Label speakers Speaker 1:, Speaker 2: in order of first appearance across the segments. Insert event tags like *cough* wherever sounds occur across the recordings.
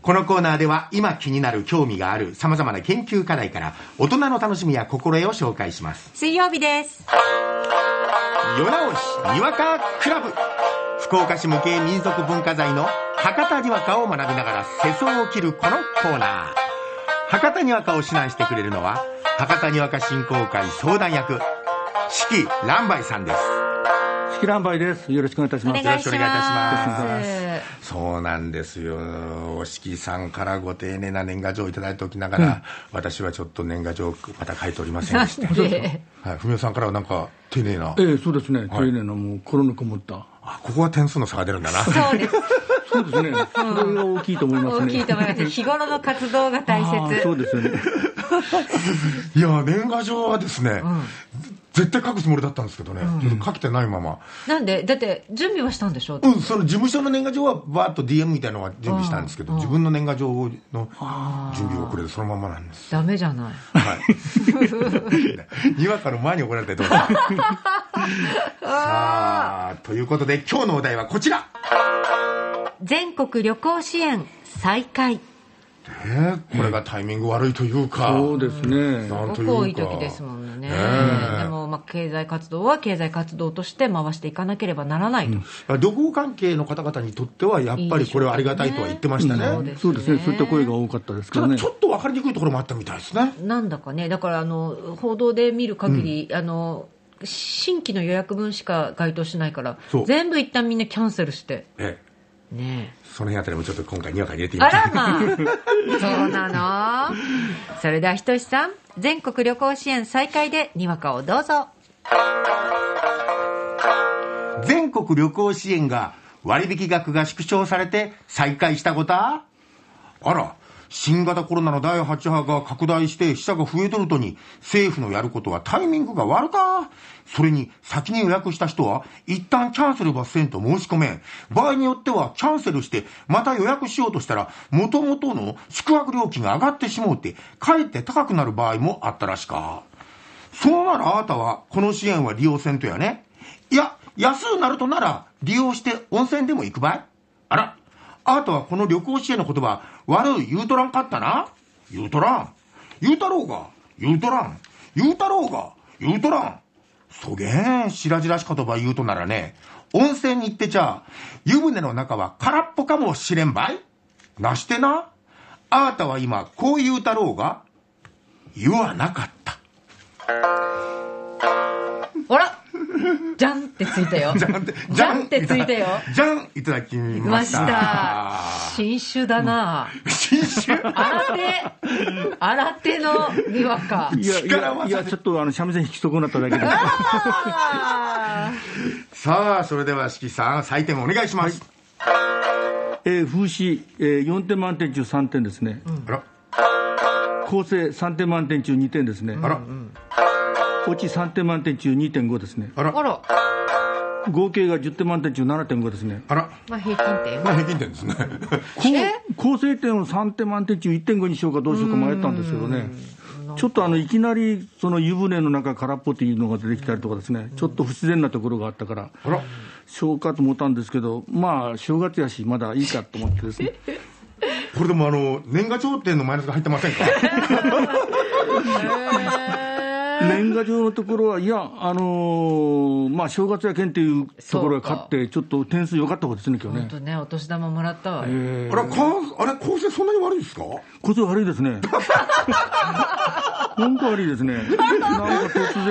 Speaker 1: このコーナーでは今気になる興味がある様々な研究課題から大人の楽しみや心得を紹介します。
Speaker 2: 水曜日です。
Speaker 1: 夜直しにわかクラブ福岡市模型民俗文化財の博多にわかを学びながら世相を切るこのコーナー博多にわかを指南してくれるのは博多にわか振興会相談役四季蘭梅さんです
Speaker 3: 式乱梅です。よろしくお願いいたし
Speaker 2: お
Speaker 3: ま
Speaker 2: 願い
Speaker 3: す。
Speaker 2: します。
Speaker 1: よろしくお願いいたします
Speaker 2: す。
Speaker 1: そうなんですよ四季さんからご丁寧な年賀状をいただいておきながら、私はちょっと年賀状をまた書いておりませんでした *laughs* はい文雄さんからはなんか丁寧な
Speaker 3: ええそうですね。丁寧なもう心のこもった。
Speaker 1: あここは点数の差が出るんだな
Speaker 2: そうです。
Speaker 3: そうですね。それが大きいと思いますね。
Speaker 2: 大きいと思います。日頃の活動が大
Speaker 3: ああ
Speaker 2: 切。
Speaker 3: そうですよね。
Speaker 1: いや年賀状はですね、絶対書くつもりだったんですけどね、ちょっと書けてないまま、
Speaker 2: なんで、だって、準備はしたんでしょう、
Speaker 1: うん、その事務所の年賀状はバーッと DM みたいなのは準備したんですけど、自分の年賀状の準備遅れてそのままなんです、
Speaker 2: ダメじゃない。
Speaker 1: はい、
Speaker 2: *laughs*
Speaker 1: にわかの前に怒られてどうしたさあということで今日のお題はこちら
Speaker 2: 全国旅行支援再開。
Speaker 1: えーこれがタイミング悪いというか、
Speaker 3: そうですね。
Speaker 1: なんと
Speaker 2: す
Speaker 1: いう
Speaker 2: ご
Speaker 1: か
Speaker 2: く多い時ですもんね。
Speaker 1: ねえ
Speaker 2: でも、まあ、経済活動は経済活動として回していかなければならないと。
Speaker 1: 旅行関係の方々にとってはやっぱりこれはありがたいとは言ってましたね
Speaker 2: うですね
Speaker 3: そうですね。そういった声が多かったですか
Speaker 1: た
Speaker 3: ら
Speaker 1: だ
Speaker 3: ね。
Speaker 1: ちょっと分かりにくいところもあったみたいですね
Speaker 2: なんだかね、だからあの報道で見る限り、あの新規の予約分しか該当しないから
Speaker 1: そう、
Speaker 2: 全部一旦みんなキャンセルして、
Speaker 1: ええ
Speaker 2: ね
Speaker 1: その辺あたりもちょっと今回にわかに入れて
Speaker 2: え
Speaker 1: みま
Speaker 2: あ
Speaker 1: した
Speaker 2: らまあ、 *laughs* そうなの、それではひとしさん、全国旅行支援再開でにわかをどうぞ。
Speaker 1: 全国旅行支援が割引額が縮小されて再開したことはあら新型コロナの第8波が拡大して死者が増えとるとに政府のやることはタイミングが悪かそれに先に予約した人は一旦キャンセルばせんと申し込めん場合によってはキャンセルしてまた予約しようとしたら元々の宿泊料金が上がってしもうてかえって高くなる場合もあったらしかそうならあなたは、この支援は利用せんとやね。いや、安うなるとなら、利用して温泉でも行くばいあら、あなたはこの旅行支援の言葉、悪い言うとらんかったな言うとらん。言うたろうが、言うとらん。言うたろうが、言うとらん。そげん、しらじらし言葉言うとならね、温泉に行ってちゃ、湯船の中は空っぽかもしれんばいなしてな。あなたは今、こう言うたろうが、言わなかった。
Speaker 2: ほら、じゃんってついた
Speaker 3: *laughs*
Speaker 2: よ。
Speaker 1: *laughs* じゃんって、
Speaker 2: じゃんってついたよ。
Speaker 1: じゃんいただき
Speaker 2: いま
Speaker 1: ま
Speaker 2: し
Speaker 1: したた。。
Speaker 2: 新種だな。
Speaker 1: 新種
Speaker 2: 新手、新手のにわ
Speaker 3: *laughs*
Speaker 2: か。
Speaker 3: いやい
Speaker 1: 力技
Speaker 3: や
Speaker 1: で
Speaker 3: いやちょっとあの三味線弾き損なっただけ
Speaker 1: *laughs*
Speaker 3: で。
Speaker 2: あ
Speaker 1: *laughs*
Speaker 2: ー
Speaker 1: さあ、それでは、四季さん、採点お願いします。
Speaker 3: えー風刺えー四点満点中三点ですね。
Speaker 1: あら、
Speaker 3: 構成三点満点中二点ですね。
Speaker 1: あら、
Speaker 3: 落ち三点満点中二点五ですね。
Speaker 1: あら、
Speaker 2: あら、
Speaker 3: 合計が十点満点中七点五ですね。
Speaker 1: あら、
Speaker 2: まあ平均点。
Speaker 1: まあ平均点ですね。 *laughs*
Speaker 3: こう構成点を3点満点中1.5にしようかどうしようか迷ったんですけどね、ちょっとあのいきなりその湯船の中空っぽというのが出てきたりとかですね、ちょっと不自然なところがあったから、
Speaker 1: あら、
Speaker 3: 消化と思ったんですけど、まあ、正月やし、まだいいかと思ってですね、
Speaker 1: これでもあの、年賀状点のマイナスが入ってませんか
Speaker 3: 年賀状のところは、いや、あのーまあ、正月やけんっていうところが勝って、ちょっと点数良かった方ですね、今日
Speaker 2: 本
Speaker 3: ね。
Speaker 2: 当ね、お年玉もらったわ。
Speaker 1: あら、かあれ、構成そんなに悪いですか
Speaker 3: こ性悪いですね。 *laughs* 本当悪いですね。なんか突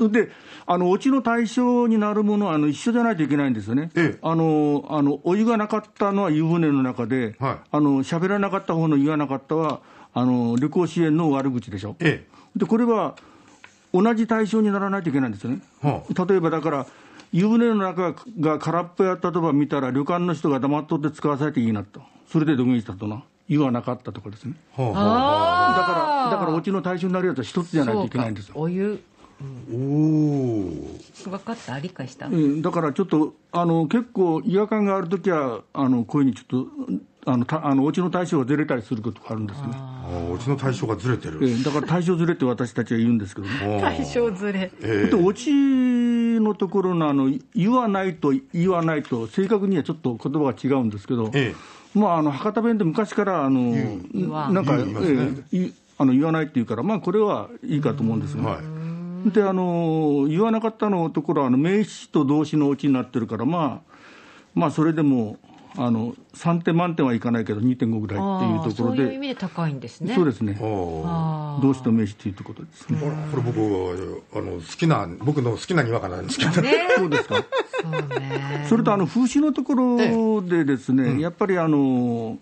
Speaker 3: 然。で、あの、オチの対象になるものは、あの、一緒じゃないといけないんですよね。
Speaker 1: ええ
Speaker 3: あの、あの、お湯がなかったのは湯船の中で、
Speaker 1: はい
Speaker 3: あの、喋らなかった方の言わなかったは、あの、旅行支援の悪口でしょ。
Speaker 1: え
Speaker 3: で、これは、同じ対象にならないといけないんですよね。
Speaker 1: え。は
Speaker 3: 例えばだから、湯船の中が空っぽやったとば見たら、旅館の人が黙っとって使わされていいなと、それでどげんしたとな、湯はなかったとかですね、
Speaker 1: あ、はあ、はあ。
Speaker 3: だ
Speaker 2: あ
Speaker 3: から、だから、おちの対象になるやつは一つじゃ
Speaker 2: ー
Speaker 3: ないといけ
Speaker 2: そう
Speaker 3: ない
Speaker 2: か
Speaker 3: んですよ、
Speaker 2: お湯、
Speaker 1: おー。
Speaker 2: 分かった、理解した。
Speaker 3: うんだからちょっと、あの結構、違和感があるときは、あのこういうふうにちょっと、あのたあのおちの対象がずれたりすることがあるんですね、
Speaker 1: あーうちの対象がずれて
Speaker 3: え
Speaker 1: る。
Speaker 3: えだから対象ずれって私たちは言うんですけどね。
Speaker 1: おー
Speaker 2: 象ずれ。
Speaker 3: でオチのところのあの言わないと言わないと、正確にはちょっと言葉が違うんですけど、
Speaker 1: え
Speaker 3: まあ、あの博多弁で昔からあの
Speaker 2: 言わ
Speaker 3: なんか、
Speaker 1: 言いますね
Speaker 3: ええいあの言わないっていうから、まあ、これはいいかと思うんですよね。
Speaker 1: はい。
Speaker 3: であの言わなかったのところはあの名詞と動詞のうちになってるから、まあ、まあそれでもあの3点満点はいかないけど2.5ぐらいっていうところ
Speaker 2: あーそういう意
Speaker 3: で
Speaker 2: 味で高いんですね。
Speaker 3: そうですね
Speaker 1: おー
Speaker 2: あー
Speaker 3: 動詞と名詞っていうところですね
Speaker 1: ほらこれ僕、あの、好きな、僕の好きなにわかなんですけ
Speaker 3: *laughs*
Speaker 1: ど。
Speaker 2: ね、
Speaker 3: そうですか
Speaker 2: そうね。
Speaker 3: それとあの風刺のところでですね、やっぱりあの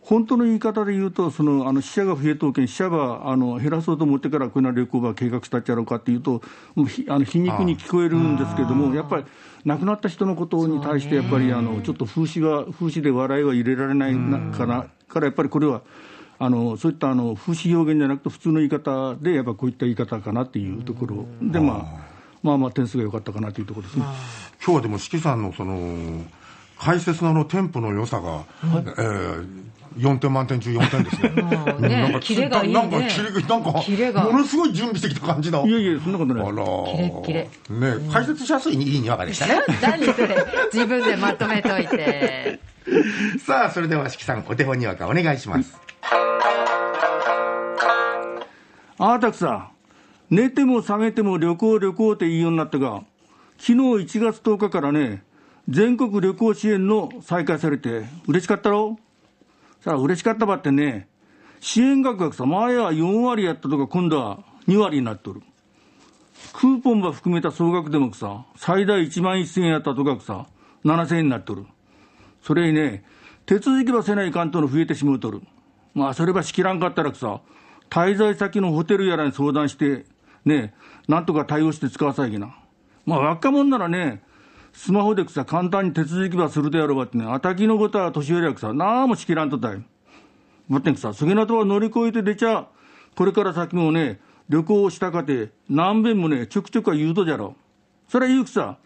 Speaker 3: 本当の言い方で言うと、そのあの死者が増えとうけん、死者ばあの減らそうと思ってから、こういうような旅行ば計画したっちゃろうかっていうと、もうひあの皮肉に聞こえるんですけども、やっぱり亡くなった人のことに対して、やっぱりあのちょっと風刺は、風刺で笑いは入れられないなから、からやっぱりこれは。あのそういったあの風刺表現じゃなくて、普通の言い方で、やっぱこういった言い方かなっていうところで、まあ、まあまあ点数が良かったかなというところですね。
Speaker 1: 今日はでも、四季さんのその、解説のあのテンポの良さが、えー4点満点中4点です
Speaker 2: *laughs*
Speaker 1: ね。
Speaker 2: もうね、キレがいいね。
Speaker 1: なんかキレが、なんか、
Speaker 2: キレが
Speaker 1: ものすごい準備してきた感じだ。
Speaker 3: いやいや、そんなこと
Speaker 1: あ
Speaker 3: ない
Speaker 1: ら。
Speaker 2: キレッキレ
Speaker 1: ね解説しやすいにいいにわかで
Speaker 2: *laughs*
Speaker 1: したね。
Speaker 2: 何それ自分でまとめといて。
Speaker 1: さあ、それでは四季さん、お手本にわかお願いします。
Speaker 3: あーたくさん、寝ても覚めても旅行旅行って言いようになったが、昨日1月10日からね、全国旅行支援の再開されて、嬉しかったろさあ、嬉しかったばってね、支援額がさ、前は4割やったとか、今度は2割になっとる。クーポンば含めた総額でもさ、最大1万1000円やったとかさ、7000円になっとる。それにね、手続きばせない関東の増えてしもうとる。まあ、そればしきらんかったらくさ、滞在先のホテルやらに相談して、ね、なんとか対応して使わさいけな。まあ、若者ならね、スマホでくさ、簡単に手続きばするでやろうばってね、あたきのことは年寄りやくさ、なあもしきらんとったい。ばってんくさ、そげなとは乗り越えて出ちゃ、これから先もね、旅行をしたかて、何べんもね、ちょくちょくは言うとじゃろ。それは言うくさ、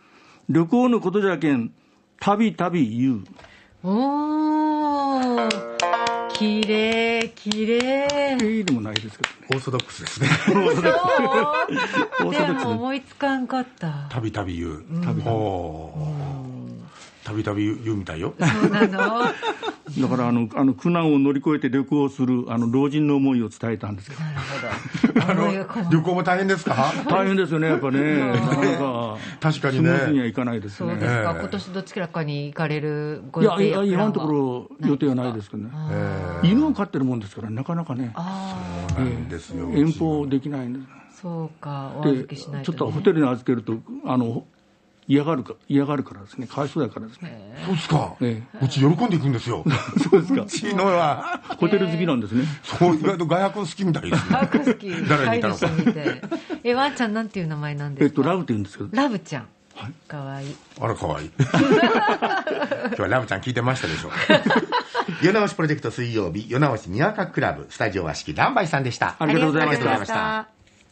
Speaker 3: 旅行のことじゃけん、たびたび言う。
Speaker 2: おー。きれいきれ
Speaker 3: *laughs*
Speaker 2: い
Speaker 3: いいでもないですけ
Speaker 1: オーソドックスですね。
Speaker 2: そう
Speaker 3: オー
Speaker 2: *laughs* で
Speaker 3: ソドックス
Speaker 2: も思いつかんかった
Speaker 1: たびたび言う。
Speaker 3: たびたび
Speaker 1: おーたびたび言うみたいよ。
Speaker 2: そうなのなる
Speaker 3: どね。だからあの、あの苦難を乗り越えて旅行をする、あの、老人の思いを伝えたんですけど。
Speaker 2: ほど
Speaker 1: あの
Speaker 2: 思いがこう
Speaker 1: 旅行も大変ですか
Speaker 3: 大変ですよね、や
Speaker 2: *laughs*
Speaker 3: っぱね。なかなか。
Speaker 1: 確かに
Speaker 3: スムーズには
Speaker 1: ね。
Speaker 3: いかないです
Speaker 2: そう
Speaker 3: *laughs* ね
Speaker 2: で。すか、
Speaker 1: ええ
Speaker 2: 今年どちらかに行かれるご
Speaker 3: い
Speaker 2: 予
Speaker 3: や、
Speaker 2: 定
Speaker 3: い
Speaker 2: や
Speaker 3: や
Speaker 2: プラン
Speaker 3: 今
Speaker 2: は
Speaker 3: のところ予定はないですけどね。
Speaker 1: えー
Speaker 3: 犬を飼ってるもんですから、なかなかね、
Speaker 2: あ
Speaker 1: そうなんですよ。
Speaker 3: 遠方できないんです。
Speaker 2: あそうかお
Speaker 3: で
Speaker 2: 預けしないと、
Speaker 3: ちょっと
Speaker 2: ね、
Speaker 3: ホテルに預けると、あの嫌がるか嫌がるからですね、かわいそうだからですね、
Speaker 1: そうですか。
Speaker 3: え
Speaker 1: うち喜んでいくんですよ。
Speaker 3: *laughs* そうですか、
Speaker 1: ちのは、
Speaker 3: ホテル好きなんですね、
Speaker 1: そう、意外と外泊好きみたいです
Speaker 2: *laughs*
Speaker 1: ね。
Speaker 2: あクスキ
Speaker 3: *laughs*
Speaker 2: ー
Speaker 1: 誰にいたのか
Speaker 2: 飼い主にてえワンちゃんなんていう名前なん
Speaker 3: え
Speaker 2: で
Speaker 3: っ
Speaker 2: すか、
Speaker 3: と、ラブって言うんですけど、
Speaker 2: ラブちゃんかわいい
Speaker 1: あら、かわいい。今日はラブちゃん聞いてましたでしょうか。夜直しプロジェクト水曜日、夜直しにわかクラブ、スタジオは四季乱梅さんでした。
Speaker 3: ありがとうございました
Speaker 1: ありがとうございました。